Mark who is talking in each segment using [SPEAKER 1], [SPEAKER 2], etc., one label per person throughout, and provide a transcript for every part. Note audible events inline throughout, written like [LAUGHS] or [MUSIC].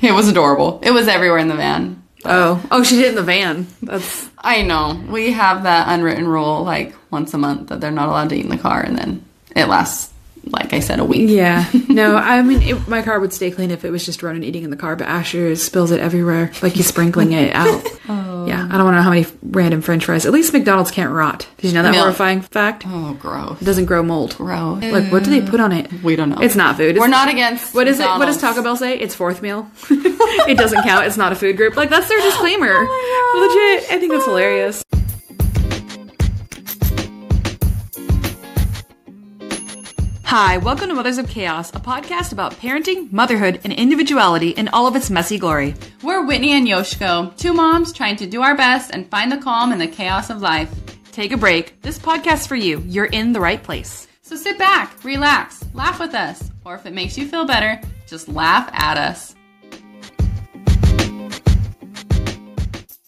[SPEAKER 1] It was adorable. It was everywhere in the van.
[SPEAKER 2] Oh, oh, she did it in the van. That's
[SPEAKER 1] I know. We have that unwritten rule like once a month that they're not allowed to eat in the car, and then it lasts, like I said, a week.
[SPEAKER 2] yeah. [LAUGHS] No, I mean it, my car would stay clean if it was just Ronan eating in the car, but Asher spills it everywhere, like he's sprinkling it out. [LAUGHS] oh. Yeah, I don't want to know how many random French fries. At least McDonald's can't rot. Did you know that
[SPEAKER 1] Milk.
[SPEAKER 2] horrifying fact? It
[SPEAKER 1] Oh, gross.
[SPEAKER 2] doesn't grow mold.
[SPEAKER 1] Gross.
[SPEAKER 2] Like, what do they put on it?
[SPEAKER 1] We don't know.
[SPEAKER 2] It's Mm. not food. It's-
[SPEAKER 1] We're not against.
[SPEAKER 2] What is it? What does
[SPEAKER 1] McDonald's.
[SPEAKER 2] Taco Bell say? It's fourth meal. [LAUGHS] it doesn't count. It's not a food group. Like that's [GASPS] their disclaimer. Legit. I think that's hilarious. Hi, welcome to Mothers of Chaos, a podcast about parenting, motherhood, and individuality in all of its messy glory.
[SPEAKER 1] We're Whitney and Yoshiko, two moms trying to do our best and find the calm in the chaos of life.
[SPEAKER 2] Take a break. This podcast's for you. You're in the right place.
[SPEAKER 1] So sit back, relax, laugh with us, or if it makes you feel better, just laugh at us.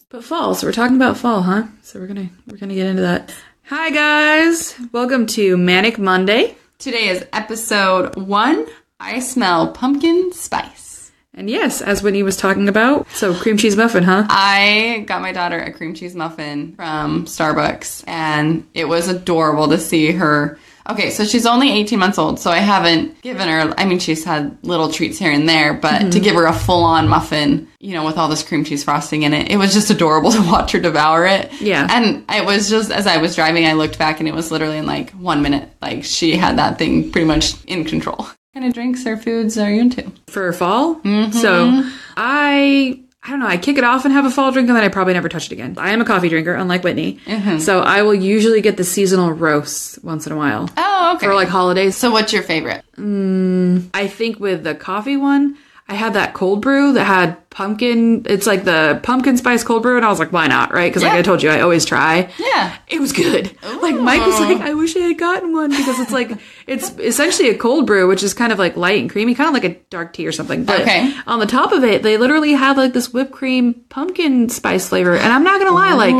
[SPEAKER 2] But fall, so we're talking about fall, huh? So we're gonna we're gonna get into that. Hi guys, welcome to Manic Monday.
[SPEAKER 1] Today is episode one. I smell pumpkin spice.
[SPEAKER 2] And yes, as Whitney was talking about, so cream cheese muffin, huh?
[SPEAKER 1] I got my daughter a cream cheese muffin from Starbucks, and it was adorable to see her. Okay, so she's only 18 months old, so I haven't given her, I mean, she's had little treats here and there, but
[SPEAKER 2] Mhm.
[SPEAKER 1] to give her a full on muffin, you know, with all this cream cheese frosting in it, it was just adorable [LAUGHS] to watch her devour it.
[SPEAKER 2] Yeah.
[SPEAKER 1] And it was just as I was driving, I looked back and it was literally in like one minute. Like she had that thing pretty much in control. [LAUGHS] What kind of drinks or foods are you into?
[SPEAKER 2] For fall, so I I don't know. I kick it off and have a fall drink, and then I probably never touch it again. I am a coffee drinker, unlike Whitney, so I will usually get the seasonal roasts once in a while
[SPEAKER 1] Oh, okay.
[SPEAKER 2] for like holidays.
[SPEAKER 1] so what's your favorite?
[SPEAKER 2] I think with the coffee one, I had that cold brew that had pumpkin. It's like the pumpkin spice cold brew, and I was like, why not, right? Because like
[SPEAKER 1] Yeah.
[SPEAKER 2] I told you, I always try.
[SPEAKER 1] Yeah.
[SPEAKER 2] It was good. Like Mike was like, I wish I had gotten one because it's like [LAUGHS] it's essentially a cold brew, which is kind of like light and creamy, kind of like a dark tea or something. But
[SPEAKER 1] Okay.
[SPEAKER 2] on the top of it, they literally have like this whipped cream pumpkin spice flavor, and I'm not gonna lie, like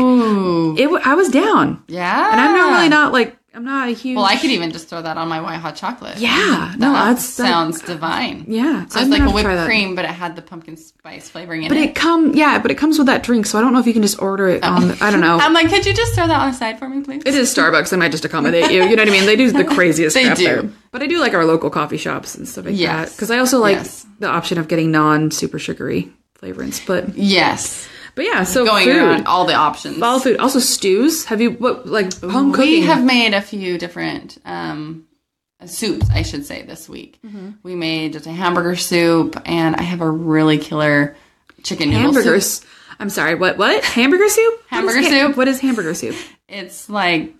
[SPEAKER 2] it. w- I was down,
[SPEAKER 1] Yeah.
[SPEAKER 2] and I'm not really not like I'm not a huge.
[SPEAKER 1] Well, I could even just throw that on my white hot chocolate.
[SPEAKER 2] yeah, no,
[SPEAKER 1] That
[SPEAKER 2] that's that-
[SPEAKER 1] sounds divine.
[SPEAKER 2] yeah,
[SPEAKER 1] So it's
[SPEAKER 2] I'm
[SPEAKER 1] like
[SPEAKER 2] gonna
[SPEAKER 1] a
[SPEAKER 2] have to try
[SPEAKER 1] whipped
[SPEAKER 2] that.
[SPEAKER 1] cream, but it had the pumpkin spice flavoring in
[SPEAKER 2] But
[SPEAKER 1] it.
[SPEAKER 2] it come yeah, but it comes with that drink, so I don't know if you can just order
[SPEAKER 1] Oh.
[SPEAKER 2] it on. The, I
[SPEAKER 1] [LAUGHS]
[SPEAKER 2] don't know.
[SPEAKER 1] I'm like, could you just throw that on the side for me, please?
[SPEAKER 2] It is Starbucks. They might just accommodate you. You know what I mean? They do
[SPEAKER 1] [LAUGHS]
[SPEAKER 2] the craziest
[SPEAKER 1] They
[SPEAKER 2] crap
[SPEAKER 1] do.
[SPEAKER 2] there. But I do like our local coffee shops and stuff like
[SPEAKER 1] Yes.
[SPEAKER 2] that. Because I also like
[SPEAKER 1] Yes.
[SPEAKER 2] the option of getting non super sugary flavorings. But
[SPEAKER 1] yes.
[SPEAKER 2] but yeah, so
[SPEAKER 1] Going
[SPEAKER 2] food,
[SPEAKER 1] around all the options.
[SPEAKER 2] all food, also stews. Have you what like home
[SPEAKER 1] we
[SPEAKER 2] cooking?
[SPEAKER 1] have made a few different um, soups, I should say, this week.
[SPEAKER 2] Mm-hmm.
[SPEAKER 1] We made just a hamburger soup, and I have a really killer chicken noodle soup.
[SPEAKER 2] hamburgers. I'm sorry. What what hamburger soup? What is
[SPEAKER 1] Hamburger
[SPEAKER 2] ha-
[SPEAKER 1] soup.
[SPEAKER 2] What is hamburger soup?
[SPEAKER 1] It's like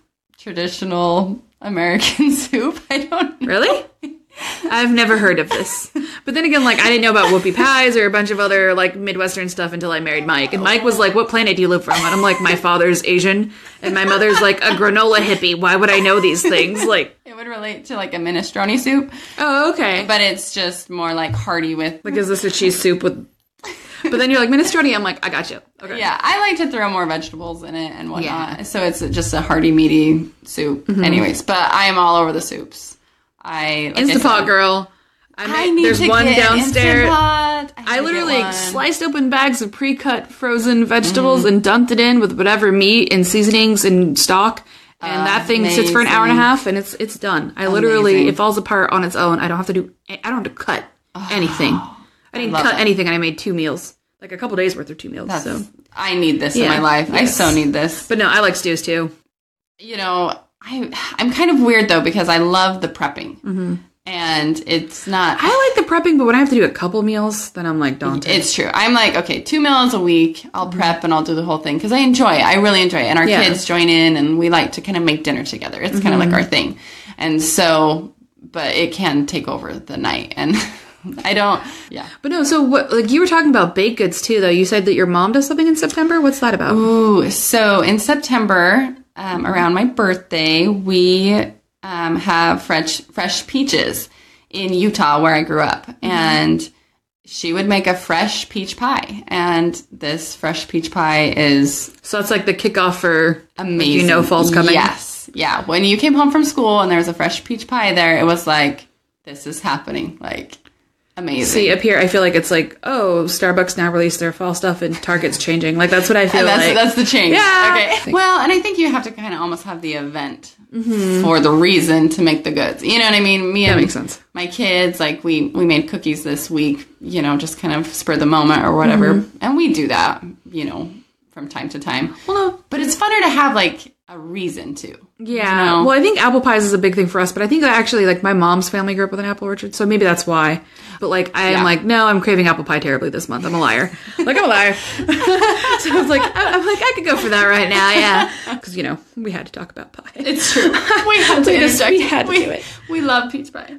[SPEAKER 1] traditional American [LAUGHS] soup. I don't know.
[SPEAKER 2] Really? I've never heard of this. But then again, like I didn't know about whoopie pies or a bunch of other like Midwestern stuff until I married Mike. And Mike was like, "What planet do you live from?" And I'm like, "My father's Asian, and my mother's like a granola hippie. Why would I know these things?" Like,
[SPEAKER 1] It would relate to like a minestrone soup,
[SPEAKER 2] oh, okay.
[SPEAKER 1] but it's just more like hearty with.
[SPEAKER 2] Like, is this a cheese soup with? But then you're like minestrone. I'm like, I got you. Okay.
[SPEAKER 1] Yeah, I like to throw more vegetables in it and whatnot. So it's just a hearty, meaty soup.
[SPEAKER 2] Mm-hmm.
[SPEAKER 1] Anyways, but I am all over the soups. I like I
[SPEAKER 2] Instapot
[SPEAKER 1] said,
[SPEAKER 2] girl. I,
[SPEAKER 1] I
[SPEAKER 2] mean,
[SPEAKER 1] need
[SPEAKER 2] there's
[SPEAKER 1] to
[SPEAKER 2] one
[SPEAKER 1] get Instant
[SPEAKER 2] downstairs.
[SPEAKER 1] Pot. need
[SPEAKER 2] I
[SPEAKER 1] to
[SPEAKER 2] literally
[SPEAKER 1] get one.
[SPEAKER 2] sliced open bags of pre-cut frozen vegetables and dumped it in with whatever meat and seasonings and stock. And that thing sits for an hour and a half, and it's it's done. I literally it falls apart on its own. I don't have to do. I don't have to cut
[SPEAKER 1] Ah,
[SPEAKER 2] anything. I didn't cut anything, and I made two meals, like a couple days worth of two meals. So,
[SPEAKER 1] I need this in
[SPEAKER 2] Yeah,
[SPEAKER 1] my life.
[SPEAKER 2] yes.
[SPEAKER 1] I so need this.
[SPEAKER 2] but no, I like stews too.
[SPEAKER 1] You know, I I'm kind of weird though because I love the prepping,
[SPEAKER 2] Mm-hmm.
[SPEAKER 1] and it's not.
[SPEAKER 2] I like the prepping, but when I have to do a couple meals, then I'm like daunted.
[SPEAKER 1] It's true. I'm like, okay, two meals a week. I'll prep and I'll do the whole thing because I enjoy it. I really enjoy it. And our
[SPEAKER 2] Yeah.
[SPEAKER 1] kids join in and we like to kind of make dinner together. It's kind of like our thing. And so, but it can take over the night. And [LAUGHS] I don't, yeah.
[SPEAKER 2] But no, so what? Like you were talking about baked goods too, though. You said that your mom does something in September. What's that about?
[SPEAKER 1] Ooh, so in September, um, around my birthday, we um, have fresh fresh peaches in Utah, where I grew up, and she would make a fresh peach pie, and this fresh peach pie is
[SPEAKER 2] So that's like the kickoff for
[SPEAKER 1] amazing.
[SPEAKER 2] You know fall's coming.
[SPEAKER 1] Yes, yeah. When you came home from school and there was a fresh peach pie there, it was like this is happening. Like amazing.
[SPEAKER 2] see appear. I feel like it's like, oh, Starbucks now released their fall stuff and Target's changing. Like [LAUGHS] that's what I feel
[SPEAKER 1] And that's,
[SPEAKER 2] like.
[SPEAKER 1] that's the change.
[SPEAKER 2] Yeah.
[SPEAKER 1] Okay. Well, and I think you have to kind of almost have the event for the reason to make the goods. You know what I mean? Me and
[SPEAKER 2] Mm-hmm. makes sense.
[SPEAKER 1] my kids, like we we made cookies this week. You know, just kind of spur the moment or whatever, and we do that. You know, from time to time.
[SPEAKER 2] Mm-hmm. Well, no.
[SPEAKER 1] But it's funner to have like a reason to.
[SPEAKER 2] Yeah.
[SPEAKER 1] You know?
[SPEAKER 2] Well, I think apple pies is a big thing for us, but I think that actually, like, my mom's family grew up with an apple orchard, so maybe that's why. But, like, I am
[SPEAKER 1] Yeah.
[SPEAKER 2] like, no, I'm craving apple pie terribly this month. I'm a liar. like, I'm a liar. [LAUGHS] so I was like, I- I'm like, I could go for that right now. [LAUGHS] Yeah. Because, you know, we had to talk about pie.
[SPEAKER 1] It's true. we had to
[SPEAKER 2] We just-
[SPEAKER 1] interject.
[SPEAKER 2] we had to do it.
[SPEAKER 1] We love peach pie.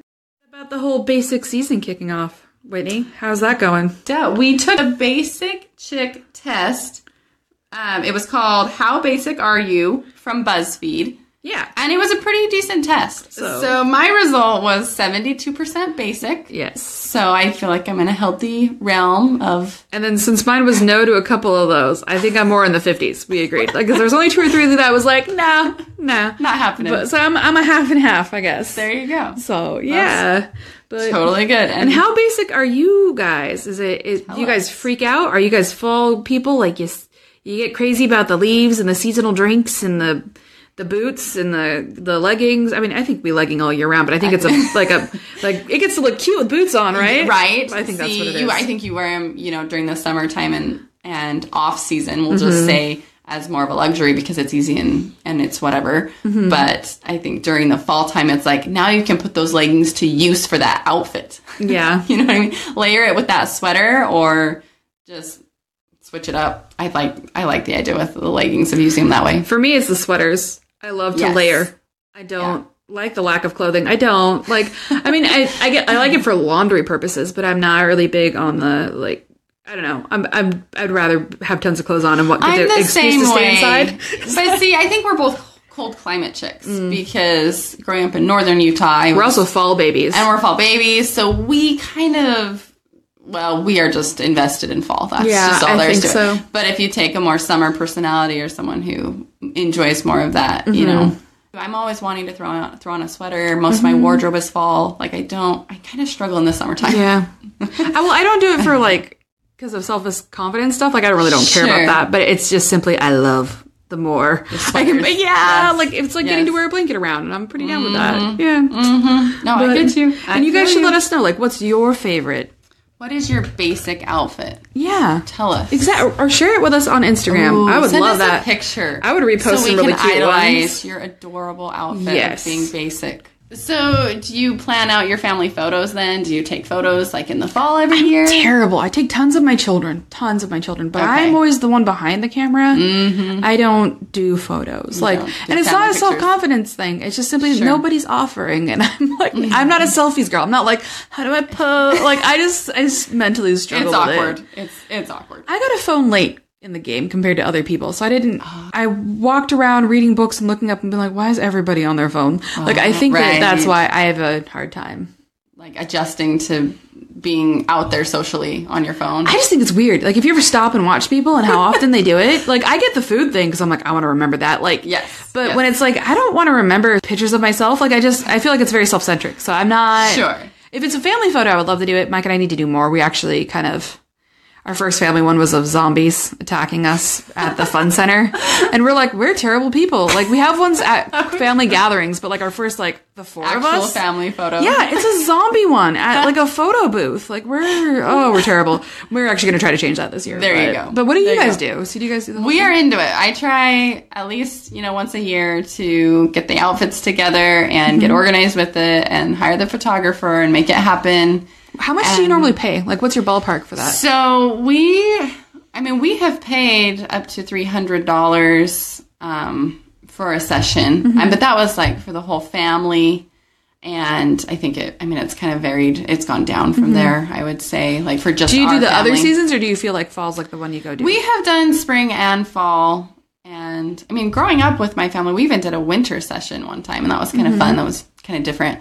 [SPEAKER 2] about the whole basic season kicking off, Whitney. How's that going?
[SPEAKER 1] Duh. We took a basic chick test. Um, it was called "How Basic Are You?" from BuzzFeed.
[SPEAKER 2] Yeah.
[SPEAKER 1] And it was a pretty decent test.
[SPEAKER 2] So-
[SPEAKER 1] So, my result was 72% basic.
[SPEAKER 2] Yes.
[SPEAKER 1] So I feel like I'm in a healthy realm of.
[SPEAKER 2] And then since mine was no to a couple of those, I think I'm more in the 50s. We agreed. Like, 'cause there's only two or three that I was like, nah, nah.
[SPEAKER 1] Not happening.
[SPEAKER 2] But, so I'm, I'm a half and half, I guess.
[SPEAKER 1] there you go.
[SPEAKER 2] So yeah, but
[SPEAKER 1] Totally good. And,
[SPEAKER 2] how basic are you guys? Is it is, do you guys freak out? Are you guys fall people? Like you, s- you get crazy about the leaves and the seasonal drinks and the the boots and the the leggings. I mean, I think we legging all year round, but I think
[SPEAKER 1] [LAUGHS]
[SPEAKER 2] it's a like a like it gets to look cute with boots on, right?
[SPEAKER 1] right?
[SPEAKER 2] I think that's
[SPEAKER 1] See,
[SPEAKER 2] what it is.
[SPEAKER 1] You, I think you wear them, you know, during the summertime and, and off season, we'll
[SPEAKER 2] Mm-hmm.
[SPEAKER 1] just say as more of a luxury because it's easy and, and it's whatever.
[SPEAKER 2] Mm-hmm.
[SPEAKER 1] But I think during the fall time, it's like now you can put those leggings to use for that outfit. [LAUGHS]
[SPEAKER 2] yeah.
[SPEAKER 1] You know what I mean? Layer it with that sweater or just switch it up. I like I like the idea with the leggings of using them that way.
[SPEAKER 2] For me, it's the sweaters. I love to
[SPEAKER 1] Yes.
[SPEAKER 2] layer. I don't like the lack of clothing. I don't like. I mean, I, I get I like it for laundry purposes, but I'm not really big on the like. I don't know. I'm, I'm I'd rather have tons of clothes on and what
[SPEAKER 1] I'm
[SPEAKER 2] get
[SPEAKER 1] the
[SPEAKER 2] excuse
[SPEAKER 1] same
[SPEAKER 2] to stay
[SPEAKER 1] way.
[SPEAKER 2] inside. Mm.
[SPEAKER 1] but see, I think we're both cold climate
[SPEAKER 2] [LAUGHS]
[SPEAKER 1] chicks because growing up in northern Utah, I
[SPEAKER 2] We're
[SPEAKER 1] was-
[SPEAKER 2] also fall babies.
[SPEAKER 1] and we're fall babies, so we kind of well, we are just invested in fall. That's
[SPEAKER 2] Yeah,
[SPEAKER 1] just all
[SPEAKER 2] I
[SPEAKER 1] there is
[SPEAKER 2] think
[SPEAKER 1] to it.
[SPEAKER 2] so.
[SPEAKER 1] But if you take a more summer personality or someone who enjoys more of that,
[SPEAKER 2] Mm-hmm.
[SPEAKER 1] you know. I'm always wanting to throw on throw on a sweater. Most
[SPEAKER 2] Mm-hmm.
[SPEAKER 1] of my wardrobe is fall. Like I don't I kind of struggle in the summertime.
[SPEAKER 2] yeah. I, well, I don't do it
[SPEAKER 1] [LAUGHS]
[SPEAKER 2] for like because of self confidence stuff. Like I really don't care about
[SPEAKER 1] Sure.
[SPEAKER 2] that. But it's just simply I love the more. [LAUGHS] I can, yeah,
[SPEAKER 1] sweaters. Yes.
[SPEAKER 2] like it's like getting
[SPEAKER 1] Yes. Mm-hmm.
[SPEAKER 2] to wear a blanket around, and I'm pretty down with that. Yeah.
[SPEAKER 1] No, I
[SPEAKER 2] But-
[SPEAKER 1] get you. I
[SPEAKER 2] And you guys
[SPEAKER 1] feel
[SPEAKER 2] should let us know, like, what's your favorite?
[SPEAKER 1] What is your basic outfit?
[SPEAKER 2] Yeah.
[SPEAKER 1] Tell us.
[SPEAKER 2] Exactly. Or share it with us on Instagram. I would
[SPEAKER 1] send
[SPEAKER 2] love
[SPEAKER 1] us
[SPEAKER 2] that.
[SPEAKER 1] a picture.
[SPEAKER 2] I would repost
[SPEAKER 1] so
[SPEAKER 2] some
[SPEAKER 1] we
[SPEAKER 2] really
[SPEAKER 1] can
[SPEAKER 2] cute
[SPEAKER 1] idolize
[SPEAKER 2] ones.
[SPEAKER 1] your adorable outfit of
[SPEAKER 2] Yes.
[SPEAKER 1] being basic. So, do you plan out your family photos then? Do you take photos like in the fall every year?
[SPEAKER 2] Terrible. I take tons of my children, tons of my children, but
[SPEAKER 1] Okay. Mm-hmm.
[SPEAKER 2] I'm always the one behind the camera. I don't do photos, like,
[SPEAKER 1] don't do
[SPEAKER 2] and it's
[SPEAKER 1] family
[SPEAKER 2] not a
[SPEAKER 1] pictures.
[SPEAKER 2] self confidence thing. It's just simply nobody's offering, and [LAUGHS] I'm like, I'm not a
[SPEAKER 1] Mm-hmm.
[SPEAKER 2] selfies girl. I'm not like, how do I pose? like, I just, I just mentally struggle.
[SPEAKER 1] it's
[SPEAKER 2] with it.
[SPEAKER 1] awkward. It's it's awkward.
[SPEAKER 2] I got a phone late in the game compared to other people. So I didn't I walked around reading books and looking up and being like, why is everybody on their phone? like I think that
[SPEAKER 1] Oh, right.
[SPEAKER 2] that's why I have a hard time.
[SPEAKER 1] Like adjusting to being out there socially on your phone.
[SPEAKER 2] I just think it's weird. Like if you ever stop and watch people and how often they do it, like I get the food thing cuz I'm like I want to remember that. Like
[SPEAKER 1] Yes,
[SPEAKER 2] But
[SPEAKER 1] yes.
[SPEAKER 2] when it's like I don't want to remember pictures of myself, like I just I feel like it's very self-centric. So I'm not
[SPEAKER 1] Sure.
[SPEAKER 2] If it's a family photo, I would love to do it. Mike and I need to do more. We actually kind of Our first family one was of zombies attacking us at the fun center. And we're like, we're terrible people. Like, we have ones at family gatherings, but like our first, like, the four of
[SPEAKER 1] Actual
[SPEAKER 2] us.
[SPEAKER 1] family photo.
[SPEAKER 2] Yeah, it's a zombie one at like a photo booth. Like, we're, oh, we're terrible. We're actually going to try to change that this year.
[SPEAKER 1] There you
[SPEAKER 2] but-
[SPEAKER 1] go.
[SPEAKER 2] But what do you
[SPEAKER 1] There you
[SPEAKER 2] guys do? So, do you guys do the whole
[SPEAKER 1] We are into it. I try at least, you know, once a year to get the outfits together and
[SPEAKER 2] Mm-hmm.
[SPEAKER 1] get organized with it and hire the photographer and make it happen.
[SPEAKER 2] How much do you normally pay? Like, what's your ballpark for that?
[SPEAKER 1] So we, I mean, we have paid up to three hundred dollars um, for a session,
[SPEAKER 2] Mm-hmm.
[SPEAKER 1] um, but that was like for the whole family. And I think it. I mean, it's kind of varied. It's gone down from there. I would say, like for just
[SPEAKER 2] Mm-hmm. Do you do
[SPEAKER 1] our
[SPEAKER 2] the other
[SPEAKER 1] family.
[SPEAKER 2] seasons or do you feel like fall's like the one you go do?
[SPEAKER 1] We have done spring and fall. And I mean, growing up with my family, we even did a winter session one time, and that was kind
[SPEAKER 2] Mm-hmm.
[SPEAKER 1] of fun. That was kind of different.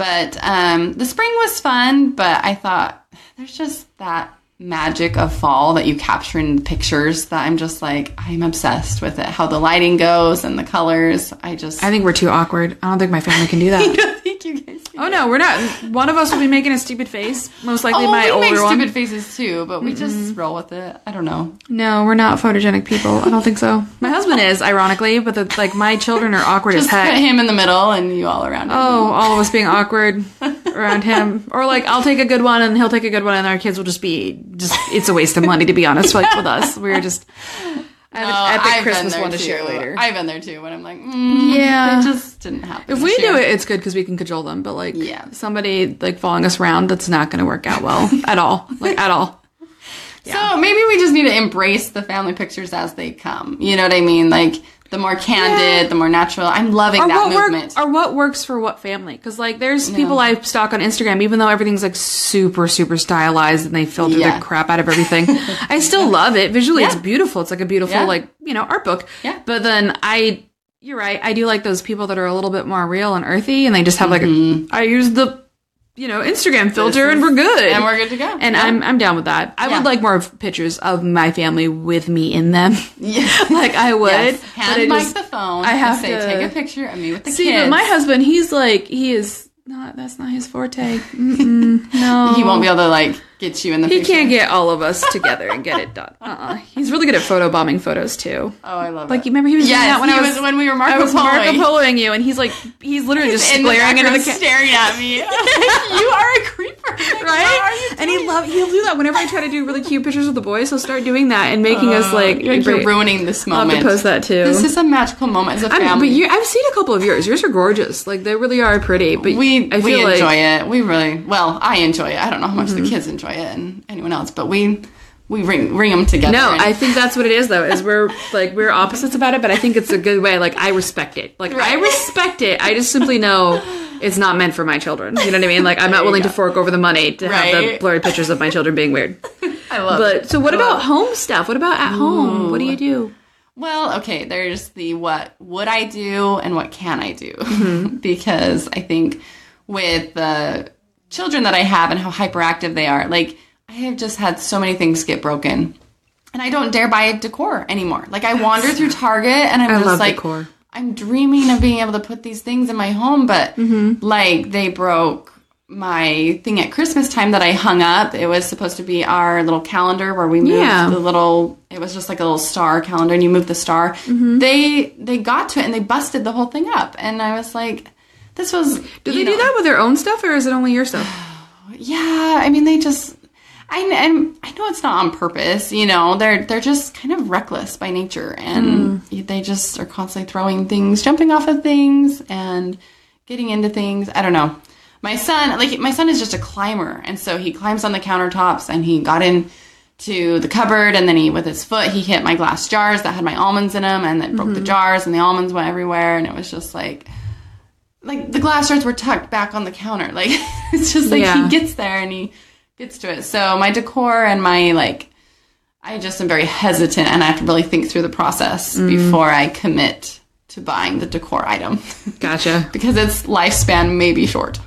[SPEAKER 1] But um, the spring was fun, but I thought there's just that magic of fall that you capture in the pictures that I'm just like, I'm obsessed with it. How the lighting goes and the colors. I just,
[SPEAKER 2] [LAUGHS] I think we're too awkward. I don't think my family can do that.
[SPEAKER 1] don't [LAUGHS] think you guys can
[SPEAKER 2] Oh no, we're not. One of us will be making a stupid face. Most likely,
[SPEAKER 1] Oh,
[SPEAKER 2] my
[SPEAKER 1] we
[SPEAKER 2] older
[SPEAKER 1] make
[SPEAKER 2] one. Mm-hmm.
[SPEAKER 1] stupid faces too, but we just roll with it. I don't know.
[SPEAKER 2] No, we're not photogenic people. I don't think so. My husband is, ironically, but the, like my children are awkward
[SPEAKER 1] Just
[SPEAKER 2] as heck.
[SPEAKER 1] put him in the middle and you all around him.
[SPEAKER 2] Oh, all of us being awkward around him, or like I'll take a good one and he'll take a good one, and our kids will just be just. It's a waste of money to be honest. Like with us, we're just. I have an
[SPEAKER 1] Oh,
[SPEAKER 2] epic
[SPEAKER 1] I've been
[SPEAKER 2] Christmas
[SPEAKER 1] there
[SPEAKER 2] one to
[SPEAKER 1] too.
[SPEAKER 2] share later.
[SPEAKER 1] I've been there too when I'm like, mm,
[SPEAKER 2] Yeah.
[SPEAKER 1] it just didn't happen.
[SPEAKER 2] if we do it, it's good because we can cajole them. But like,
[SPEAKER 1] Yeah.
[SPEAKER 2] somebody like following us around, that's not going to work
[SPEAKER 1] [LAUGHS]
[SPEAKER 2] out well at all. Like at all.
[SPEAKER 1] So maybe we just need to embrace the family pictures as they come. You know what I mean? Like the more candid, the more natural. I'm loving
[SPEAKER 2] Or
[SPEAKER 1] that
[SPEAKER 2] what,
[SPEAKER 1] movement.
[SPEAKER 2] work, or what works for what family? Because like, there's people I stalk on Instagram, even though everything's like super, super stylized and they filter
[SPEAKER 1] Yeah.
[SPEAKER 2] the crap out of everything.
[SPEAKER 1] [LAUGHS]
[SPEAKER 2] I still love it visually. It's
[SPEAKER 1] Yeah.
[SPEAKER 2] beautiful. It's like a beautiful,
[SPEAKER 1] Yeah.
[SPEAKER 2] like you know, art book.
[SPEAKER 1] Yeah.
[SPEAKER 2] But then I, you're right. I do like those people that are a little bit more real and earthy, and they just have
[SPEAKER 1] Mm-hmm.
[SPEAKER 2] like, a, I use the, you know, Instagram filter, and we're good.
[SPEAKER 1] and we're good to go.
[SPEAKER 2] [LAUGHS] And
[SPEAKER 1] Yeah.
[SPEAKER 2] I'm I'm down with that. I
[SPEAKER 1] Yeah.
[SPEAKER 2] would like more of pictures of my family with me in them. [LAUGHS]
[SPEAKER 1] Yeah.
[SPEAKER 2] like I would.
[SPEAKER 1] Yes.
[SPEAKER 2] but
[SPEAKER 1] Hand
[SPEAKER 2] I
[SPEAKER 1] Mike
[SPEAKER 2] just-
[SPEAKER 1] the phone.
[SPEAKER 2] I
[SPEAKER 1] and
[SPEAKER 2] have
[SPEAKER 1] say,
[SPEAKER 2] to-
[SPEAKER 1] take a picture of me with the
[SPEAKER 2] See,
[SPEAKER 1] kids.
[SPEAKER 2] but my husband, he's like he is not. That's not his forte.
[SPEAKER 1] [LAUGHS]
[SPEAKER 2] Mm-mm, no,
[SPEAKER 1] he won't be able to like get you in the.
[SPEAKER 2] He
[SPEAKER 1] picture.
[SPEAKER 2] can't get all of us together and get it done. [LAUGHS] Uh-uh. He's really good at photo bombing photos too.
[SPEAKER 1] Oh, I love
[SPEAKER 2] Like
[SPEAKER 1] it.
[SPEAKER 2] you remember he was doing
[SPEAKER 1] Yes,
[SPEAKER 2] that when
[SPEAKER 1] he
[SPEAKER 2] I was,
[SPEAKER 1] when we were
[SPEAKER 2] I
[SPEAKER 1] Marco
[SPEAKER 2] was Marco
[SPEAKER 1] Poloing.
[SPEAKER 2] Poloing you, and he's like he's literally just
[SPEAKER 1] in the
[SPEAKER 2] glaring into the
[SPEAKER 1] background,
[SPEAKER 2] camera.
[SPEAKER 1] staring at
[SPEAKER 2] [LAUGHS]
[SPEAKER 1] me. [LAUGHS] you are a creeper, Like, what are you
[SPEAKER 2] Right? And he love he'll do that whenever I try to do really cute pictures with the boys. He'll start doing that and making us like.
[SPEAKER 1] Oh, You're, you're
[SPEAKER 2] break-
[SPEAKER 1] ruining this
[SPEAKER 2] I'll
[SPEAKER 1] moment.
[SPEAKER 2] have to post that too.
[SPEAKER 1] This is a magical moment as a
[SPEAKER 2] I'm-
[SPEAKER 1] family.
[SPEAKER 2] but you, I've seen a couple of yours. Yours are gorgeous. Like they really are pretty. But
[SPEAKER 1] we
[SPEAKER 2] I feel
[SPEAKER 1] we
[SPEAKER 2] like, Mm-hmm.
[SPEAKER 1] enjoy it. We really well. I enjoy it. I don't know how much the kids enjoy it and anyone else, but we we ring ring them together.
[SPEAKER 2] No,
[SPEAKER 1] and-
[SPEAKER 2] I think that's what it is though. Is we're like we're opposites about it, but I think it's a good way. Like I respect it. Like I
[SPEAKER 1] Right.
[SPEAKER 2] respect it. I just simply know it's not meant for my children. You know what I mean? Like I'm not willing to fork over the money to have the
[SPEAKER 1] Right.
[SPEAKER 2] blurry pictures of my children being weird.
[SPEAKER 1] [LAUGHS] I love. it. Hmm.
[SPEAKER 2] But so what about home stuff? What about at home? What do you do?
[SPEAKER 1] Well, okay, there's the what would I do and what can I do? [LAUGHS]
[SPEAKER 2] Mm-hmm.
[SPEAKER 1] because I think with the children that I have and how hyperactive they are, like I have just had so many things get broken. And I don't dare buy decor anymore. Like I wander through Target and I'm just
[SPEAKER 2] love
[SPEAKER 1] like
[SPEAKER 2] decor.
[SPEAKER 1] I'm dreaming of being able to put these things in my home, but
[SPEAKER 2] Mm-hmm.
[SPEAKER 1] like they broke my thing at Christmas time that I hung up. It was supposed to be our little calendar where we moved
[SPEAKER 2] Yeah.
[SPEAKER 1] the little. It was just like a little star calendar, and you move the star.
[SPEAKER 2] Mm-hmm.
[SPEAKER 1] They they got to it and they busted the whole thing up, and I was like, this was.
[SPEAKER 2] Do they do that with their own stuff or is it only
[SPEAKER 1] [SIGHS]
[SPEAKER 2] your stuff?
[SPEAKER 1] Yeah, I mean they just. I, and I know it's not on purpose, you know. They're they're just kind of reckless by nature, and they just are constantly throwing things, jumping off of things, and getting into things. I don't know. My son, like my son, is just a climber, and so he climbs on the countertops, and he got in to the cupboard, and then he with his foot he hit my glass jars that had my almonds in them, and it broke the jars, and the almonds went everywhere, and it was just like. Like the glass jars were tucked back on the counter. [LAUGHS] Like it's just like
[SPEAKER 2] Yeah.
[SPEAKER 1] he gets there and he gets to it. So my decor and my like, I just am very hesitant, and I have to really think through the process before I commit to buying the decor item [LAUGHS]
[SPEAKER 2] Gotcha.
[SPEAKER 1] because its lifespan may be short.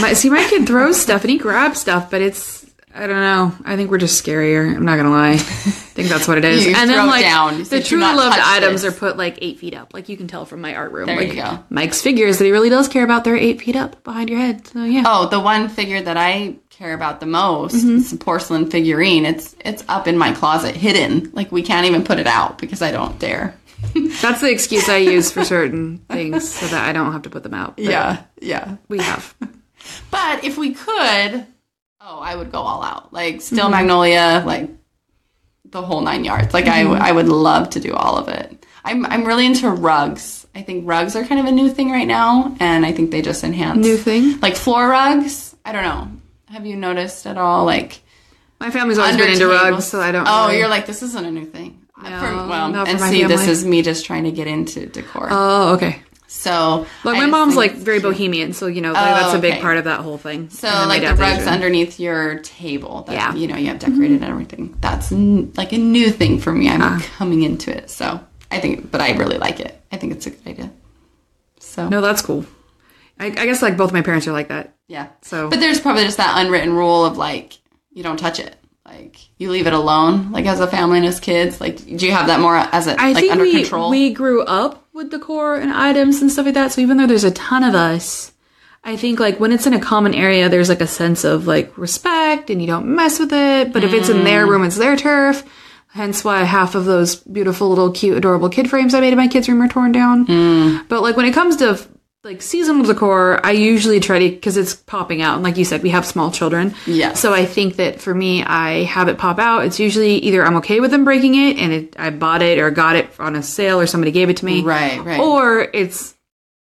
[SPEAKER 2] My, see, my kid throws stuff and he grabs stuff, but it's I don't know. I think we're just scarier. I'm not gonna lie. I think that's what it is.
[SPEAKER 1] [LAUGHS] You
[SPEAKER 2] and
[SPEAKER 1] throw
[SPEAKER 2] then
[SPEAKER 1] it
[SPEAKER 2] like
[SPEAKER 1] down. You say,
[SPEAKER 2] the
[SPEAKER 1] "Do
[SPEAKER 2] true
[SPEAKER 1] not
[SPEAKER 2] loved
[SPEAKER 1] touch
[SPEAKER 2] items
[SPEAKER 1] this."
[SPEAKER 2] are put like eight feet up. Like you can tell from my art room.
[SPEAKER 1] There
[SPEAKER 2] like
[SPEAKER 1] you go.
[SPEAKER 2] Mike's figures that he really does care about, they're eight feet up behind your head. So yeah.
[SPEAKER 1] Oh, the one figure that I care about the most is the porcelain figurine. It's it's up in my closet, hidden. Like we can't even put it out because I don't dare.
[SPEAKER 2] That's the excuse I use
[SPEAKER 1] [LAUGHS]
[SPEAKER 2] for certain things so that I don't have to put them out. But
[SPEAKER 1] Yeah, yeah.
[SPEAKER 2] We have.
[SPEAKER 1] But if we could, oh, I would go all out. Like still
[SPEAKER 2] Mm-hmm.
[SPEAKER 1] magnolia, like the whole nine yards. Like I
[SPEAKER 2] Mm-hmm.
[SPEAKER 1] w I I, would love to do all of it. I'm, I'm really into rugs. I think rugs are kind of a new thing right now, and I think they just enhance
[SPEAKER 2] New thing.
[SPEAKER 1] like floor rugs. I don't know. Have you noticed at all? Like
[SPEAKER 2] My family's always been into
[SPEAKER 1] tables.
[SPEAKER 2] rugs, so I don't
[SPEAKER 1] Oh,
[SPEAKER 2] really-
[SPEAKER 1] you're like this isn't a new thing.
[SPEAKER 2] No,
[SPEAKER 1] For- well,
[SPEAKER 2] not for
[SPEAKER 1] and
[SPEAKER 2] my
[SPEAKER 1] see, this
[SPEAKER 2] family.
[SPEAKER 1] is me just trying to get into decor.
[SPEAKER 2] Oh, okay.
[SPEAKER 1] so
[SPEAKER 2] Like
[SPEAKER 1] I
[SPEAKER 2] my
[SPEAKER 1] just
[SPEAKER 2] mom's
[SPEAKER 1] think
[SPEAKER 2] like
[SPEAKER 1] it's
[SPEAKER 2] very
[SPEAKER 1] cute. Oh,
[SPEAKER 2] bohemian, so you know like, that's a big
[SPEAKER 1] okay.
[SPEAKER 2] part of that whole thing.
[SPEAKER 1] So
[SPEAKER 2] And then my
[SPEAKER 1] like the
[SPEAKER 2] dad's
[SPEAKER 1] rugs
[SPEAKER 2] Asian.
[SPEAKER 1] underneath your table that
[SPEAKER 2] Yeah. Mm-hmm.
[SPEAKER 1] you know you have decorated and everything. That's n- like a new thing for me. I'm
[SPEAKER 2] Ah.
[SPEAKER 1] coming into it. So I think, but I really like it. I think it's a good idea. So
[SPEAKER 2] No, that's cool. I, I guess like both my parents are like that.
[SPEAKER 1] yeah.
[SPEAKER 2] So
[SPEAKER 1] But there's probably just that unwritten rule of like you don't touch it. Like you leave it alone. Like as a family and as kids. Like do you have that more as a
[SPEAKER 2] I
[SPEAKER 1] like
[SPEAKER 2] think
[SPEAKER 1] under
[SPEAKER 2] we
[SPEAKER 1] control?
[SPEAKER 2] we grew up with decor and items and stuff like that. So even though there's a ton of us, I think like when it's in a common area, there's like a sense of like respect and you don't mess with it. But if it's in
[SPEAKER 1] Mm.
[SPEAKER 2] their room, it's their turf. Hence why half of those beautiful little cute adorable kid frames I made in my kids' room are torn down.
[SPEAKER 1] Mm.
[SPEAKER 2] But like when it comes to like seasonal decor, I usually try to because it's popping out. And like you said, we have small children.
[SPEAKER 1] Yes.
[SPEAKER 2] So I think that for me, I have it pop out. It's usually either I'm okay with them breaking it and it, I bought it or got it on a sale or somebody gave it to me.
[SPEAKER 1] Right, right.
[SPEAKER 2] Or it's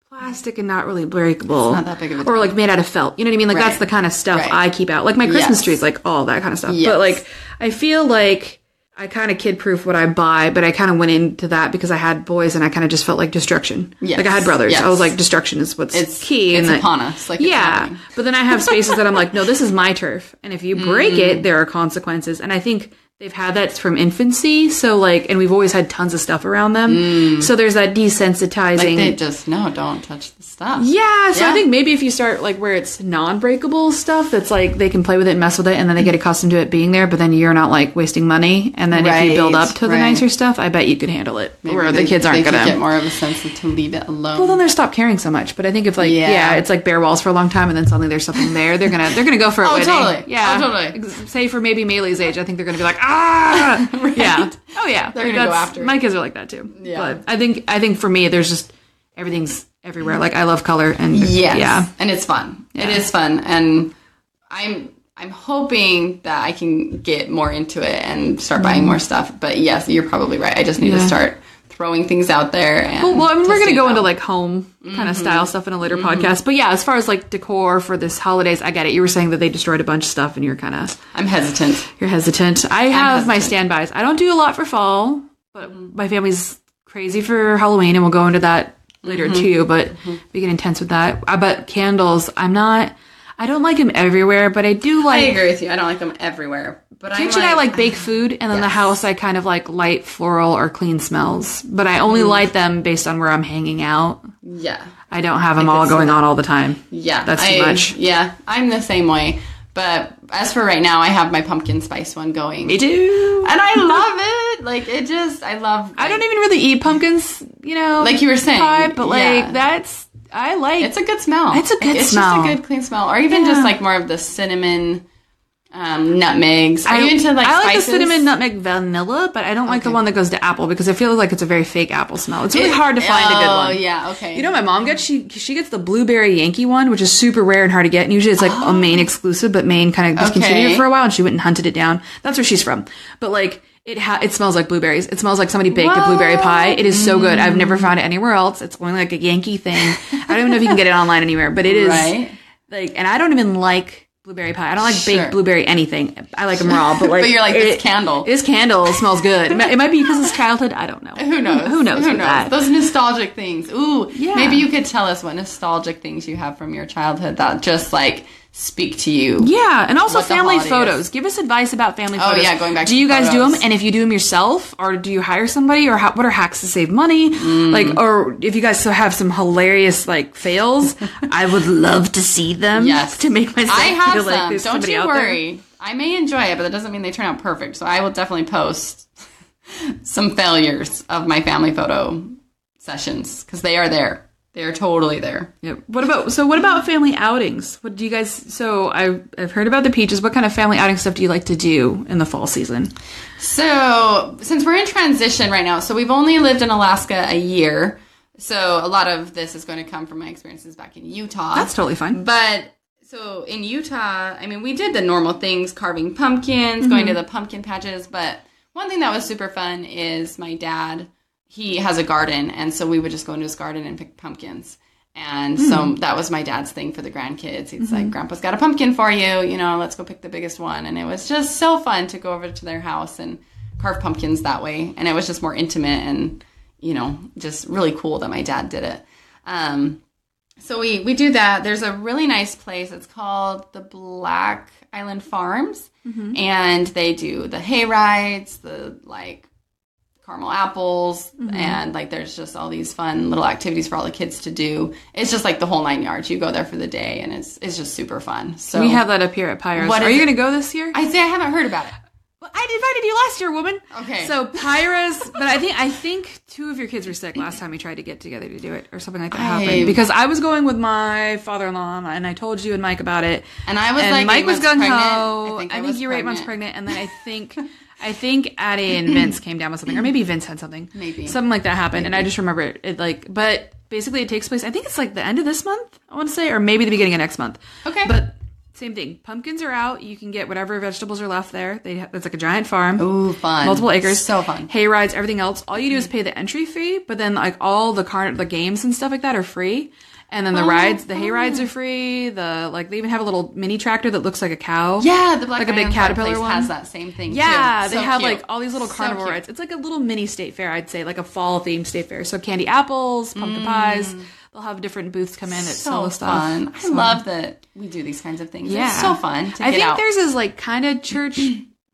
[SPEAKER 2] plastic and not really breakable.
[SPEAKER 1] not that big of a
[SPEAKER 2] Or like made out of felt. You know what I mean? Like that's
[SPEAKER 1] Right.
[SPEAKER 2] the kind of stuff
[SPEAKER 1] Right.
[SPEAKER 2] I keep out. Like my Christmas
[SPEAKER 1] Yes.
[SPEAKER 2] trees, like all that kind of stuff.
[SPEAKER 1] Yes.
[SPEAKER 2] But like I feel like I kind of kid proof what I buy, but I kind of went into that because I had boys and I kind of just felt like destruction.
[SPEAKER 1] Yes.
[SPEAKER 2] Like I had brothers.
[SPEAKER 1] Yes.
[SPEAKER 2] I was like destruction is what's
[SPEAKER 1] It's
[SPEAKER 2] key.
[SPEAKER 1] It's
[SPEAKER 2] and that-
[SPEAKER 1] upon us. Like it's
[SPEAKER 2] yeah.
[SPEAKER 1] happening.
[SPEAKER 2] But then I have spaces that I'm like, no, this is my turf. And if you break
[SPEAKER 1] Mm.
[SPEAKER 2] it, there are consequences. And I think they've had that from infancy. So, like, and we've always had tons of stuff around them. So there's that desensitizing.
[SPEAKER 1] Mm. They just no, don't touch the stuff.
[SPEAKER 2] yeah, so
[SPEAKER 1] Yeah.
[SPEAKER 2] I think maybe if you start like where it's non-breakable stuff, that's like they can play with it and mess with it, and then they get accustomed to it being there. But then you're not like wasting money. And then if you build
[SPEAKER 1] Right,
[SPEAKER 2] up to the
[SPEAKER 1] right.
[SPEAKER 2] nicer stuff, I bet you could handle it.
[SPEAKER 1] Maybe
[SPEAKER 2] where
[SPEAKER 1] they-
[SPEAKER 2] the kids
[SPEAKER 1] they
[SPEAKER 2] aren't
[SPEAKER 1] could
[SPEAKER 2] gonna
[SPEAKER 1] get more of a sense of to leave it alone.
[SPEAKER 2] well, then they stop caring so much. But I think if like
[SPEAKER 1] Yeah.
[SPEAKER 2] yeah. it's like bare walls for a long time, and then suddenly there's something there, they're gonna they're gonna go for it.
[SPEAKER 1] Oh,
[SPEAKER 2] winning.
[SPEAKER 1] totally.
[SPEAKER 2] Yeah,
[SPEAKER 1] Oh, totally.
[SPEAKER 2] Ex- Say for maybe Melee's age, I think they're gonna be like [LAUGHS] ah, yeah, oh yeah.
[SPEAKER 1] They're gonna go after it.
[SPEAKER 2] My kids are like that too.
[SPEAKER 1] Yeah.
[SPEAKER 2] but I think I think for me, there's just everything's everywhere. Like I love color and
[SPEAKER 1] Yes.
[SPEAKER 2] yeah,
[SPEAKER 1] And it's fun. It is fun. And I'm I'm hoping that I can get more into it and start buying more stuff. But yes, you're probably right. I just need to
[SPEAKER 2] Yeah.
[SPEAKER 1] start throwing things out there and
[SPEAKER 2] Well, I mean, we're
[SPEAKER 1] testing
[SPEAKER 2] gonna go
[SPEAKER 1] it
[SPEAKER 2] into
[SPEAKER 1] out.
[SPEAKER 2] like home kind of style stuff in a later podcast. But yeah, as far as like decor for this holidays, I get it. You were saying that they destroyed a bunch of stuff, and you're kind of
[SPEAKER 1] I'm hesitant.
[SPEAKER 2] You're hesitant. I have my standbys. I don't do a lot for fall, but my family's crazy for Halloween, and we'll go into that later
[SPEAKER 1] Mm-hmm.
[SPEAKER 2] too. But we get intense with that. I but candles. I'm not. I don't like them everywhere, but I do
[SPEAKER 1] I
[SPEAKER 2] like.
[SPEAKER 1] agree with you. I don't like them everywhere. But I
[SPEAKER 2] Kitchen, I like bake food, and then the house, I kind of like light floral or clean smells. But I only
[SPEAKER 1] Mm.
[SPEAKER 2] light them based on where I'm hanging out.
[SPEAKER 1] Yeah.
[SPEAKER 2] I don't have them all going on all the time.
[SPEAKER 1] Yeah.
[SPEAKER 2] that's too
[SPEAKER 1] I-
[SPEAKER 2] much.
[SPEAKER 1] Yeah. I'm the same way. But as for right now, I have my pumpkin spice one going.
[SPEAKER 2] I do.
[SPEAKER 1] and I love it. Like it just I love
[SPEAKER 2] I don't even really eat pumpkins, you know,
[SPEAKER 1] Like you were saying,
[SPEAKER 2] pie, but like
[SPEAKER 1] yeah.
[SPEAKER 2] that's I like.
[SPEAKER 1] It's a good smell.
[SPEAKER 2] It's a good
[SPEAKER 1] it's
[SPEAKER 2] smell.
[SPEAKER 1] just a good clean smell, or even just like more of the cinnamon, um, nutmegs. Are
[SPEAKER 2] I,
[SPEAKER 1] you into like
[SPEAKER 2] I like
[SPEAKER 1] spices?
[SPEAKER 2] the cinnamon nutmeg vanilla, but I don't like the one that goes to apple because I feel like it's a very fake apple smell. It's really hard to find a good
[SPEAKER 1] Oh
[SPEAKER 2] one.
[SPEAKER 1] yeah, okay.
[SPEAKER 2] You know, what my mom gets she she gets the blueberry Yankee one, which is super rare and hard to get. And usually it's like
[SPEAKER 1] [GASPS]
[SPEAKER 2] a Maine exclusive, but Maine kind of discontinued
[SPEAKER 1] Okay.
[SPEAKER 2] it for a while, and she went and hunted it down. That's where she's from. But like it ha- it smells like blueberries. It smells like somebody baked a blueberry pie. It is so good. I've never found it anywhere else. It's only like a Yankee thing. I don't even know if you can get it online anywhere, but it
[SPEAKER 1] [LAUGHS]
[SPEAKER 2] is
[SPEAKER 1] Right.
[SPEAKER 2] like. And I don't even like blueberry pie. I don't like
[SPEAKER 1] Sure.
[SPEAKER 2] baked blueberry anything. I like them
[SPEAKER 1] [LAUGHS]
[SPEAKER 2] raw, but like.
[SPEAKER 1] But you're like,
[SPEAKER 2] it-
[SPEAKER 1] this candle.
[SPEAKER 2] This candle smells good. It might
[SPEAKER 1] [LAUGHS]
[SPEAKER 2] be because it's childhood. I don't know.
[SPEAKER 1] Who knows?
[SPEAKER 2] Who knows?
[SPEAKER 1] Who
[SPEAKER 2] with
[SPEAKER 1] knows?
[SPEAKER 2] that.
[SPEAKER 1] Those nostalgic things. Ooh,
[SPEAKER 2] Yeah.
[SPEAKER 1] maybe you could tell us what nostalgic things you have from your childhood that just like speak to you.
[SPEAKER 2] Yeah, and also
[SPEAKER 1] what the
[SPEAKER 2] family
[SPEAKER 1] holiday
[SPEAKER 2] photos. Give us advice about family
[SPEAKER 1] Oh,
[SPEAKER 2] photos.
[SPEAKER 1] yeah, going back
[SPEAKER 2] Do
[SPEAKER 1] to
[SPEAKER 2] you guys do
[SPEAKER 1] photos.
[SPEAKER 2] them? And if you do them yourself, or do you hire somebody, or how, what are hacks to save money?
[SPEAKER 1] Mm.
[SPEAKER 2] Like, or if you guys still have some hilarious like
[SPEAKER 1] [LAUGHS]
[SPEAKER 2] fails, I would love to see them.
[SPEAKER 1] Yes.
[SPEAKER 2] [LAUGHS] to make myself.
[SPEAKER 1] I have
[SPEAKER 2] feel like
[SPEAKER 1] some.
[SPEAKER 2] there's
[SPEAKER 1] Don't
[SPEAKER 2] somebody
[SPEAKER 1] you
[SPEAKER 2] out there.
[SPEAKER 1] worry. I may enjoy it, but that doesn't mean they turn out perfect. So I will definitely post [LAUGHS] some failures of my family photo sessions because they are there. They are totally there.
[SPEAKER 2] Yeah. What about so? What about family outings? What do you guys? So I I've heard about the peaches. What kind of family outing stuff do you like to do in the fall season?
[SPEAKER 1] So, since we're in transition right now, so we've only lived in Alaska a year. So, a lot of this is going to come from my experiences back in Utah.
[SPEAKER 2] That's totally fine.
[SPEAKER 1] But so in Utah, I mean, we did the normal things, carving pumpkins, going to the pumpkin patches. But one thing that was super fun is my dad, he has a garden. And so we would just go into his garden and pick pumpkins. And so that was my dad's thing for the grandkids. He's like, Grandpa's got a pumpkin for you. You know, let's go pick the biggest one. And it was just so fun to go over to their house and carve pumpkins that way. And it was just more intimate and, you know, just really cool that my dad did it. Um, so we we do that. There's a really nice place. It's called the Black Island Farms,
[SPEAKER 2] Mm-hmm.
[SPEAKER 1] and they do the hay rides, the like caramel apples,
[SPEAKER 2] Mm-hmm.
[SPEAKER 1] and like there's just all these fun little activities for all the kids to do. It's just like the whole nine yards. You go there for the day, and it's it's just super fun. So
[SPEAKER 2] We have that up here at Pyre's.
[SPEAKER 1] What
[SPEAKER 2] Are
[SPEAKER 1] is
[SPEAKER 2] you
[SPEAKER 1] it?
[SPEAKER 2] going to go this year?
[SPEAKER 1] I say I haven't heard about it.
[SPEAKER 2] Well, I invited you last year, woman.
[SPEAKER 1] Okay.
[SPEAKER 2] So Pyra's, but I think I think two of your kids were sick last time we tried to get together to do it, or something like that
[SPEAKER 1] I-
[SPEAKER 2] happened. Because I was going with my father-in-law, and I told you and Mike about it,
[SPEAKER 1] And I was
[SPEAKER 2] and
[SPEAKER 1] like,
[SPEAKER 2] Mike
[SPEAKER 1] eight
[SPEAKER 2] was
[SPEAKER 1] months
[SPEAKER 2] gung
[SPEAKER 1] pregnant.
[SPEAKER 2] ho.
[SPEAKER 1] I
[SPEAKER 2] I
[SPEAKER 1] think
[SPEAKER 2] think,
[SPEAKER 1] I was
[SPEAKER 2] you were eight months
[SPEAKER 1] pregnant.
[SPEAKER 2] pregnant, and then I think. I think Addie and Vince came down with something, or maybe Vince had something.
[SPEAKER 1] Maybe.
[SPEAKER 2] Something like that happened, and I just remember it, it like, but basically it takes place, I think it's like the end of this month, I want to say, or maybe the beginning of next month.
[SPEAKER 1] Okay.
[SPEAKER 2] But same thing. Pumpkins are out. You can get whatever vegetables are left there. They ha- it's like a giant farm.
[SPEAKER 1] Ooh, fun.
[SPEAKER 2] Multiple acres.
[SPEAKER 1] So fun.
[SPEAKER 2] Hay rides, everything else. All you do is pay the entry fee, but then like all the car the games and stuff like that are free. And then the
[SPEAKER 1] Oh,
[SPEAKER 2] rides, the hay rides are free. The like they even have a little mini tractor that looks like a cow.
[SPEAKER 1] Yeah, the black
[SPEAKER 2] like a
[SPEAKER 1] Diamond
[SPEAKER 2] big caterpillar
[SPEAKER 1] fireplace
[SPEAKER 2] one.
[SPEAKER 1] has that same thing.
[SPEAKER 2] Yeah,
[SPEAKER 1] too.
[SPEAKER 2] they
[SPEAKER 1] So
[SPEAKER 2] have
[SPEAKER 1] cute.
[SPEAKER 2] like all these little
[SPEAKER 1] So
[SPEAKER 2] carnival
[SPEAKER 1] cute.
[SPEAKER 2] rides. It's like a little mini state fair, I'd say, like a fall themed state fair. So candy apples, pumpkin pies. They'll have different booths come in that
[SPEAKER 1] Mm.
[SPEAKER 2] sell
[SPEAKER 1] So
[SPEAKER 2] the stuff.
[SPEAKER 1] fun. I
[SPEAKER 2] So-
[SPEAKER 1] love that we do these kinds of things.
[SPEAKER 2] Yeah,
[SPEAKER 1] It's so fun. To
[SPEAKER 2] I
[SPEAKER 1] get
[SPEAKER 2] think
[SPEAKER 1] out.
[SPEAKER 2] there's this like kind
[SPEAKER 1] [CLEARS THROAT]
[SPEAKER 2] of church.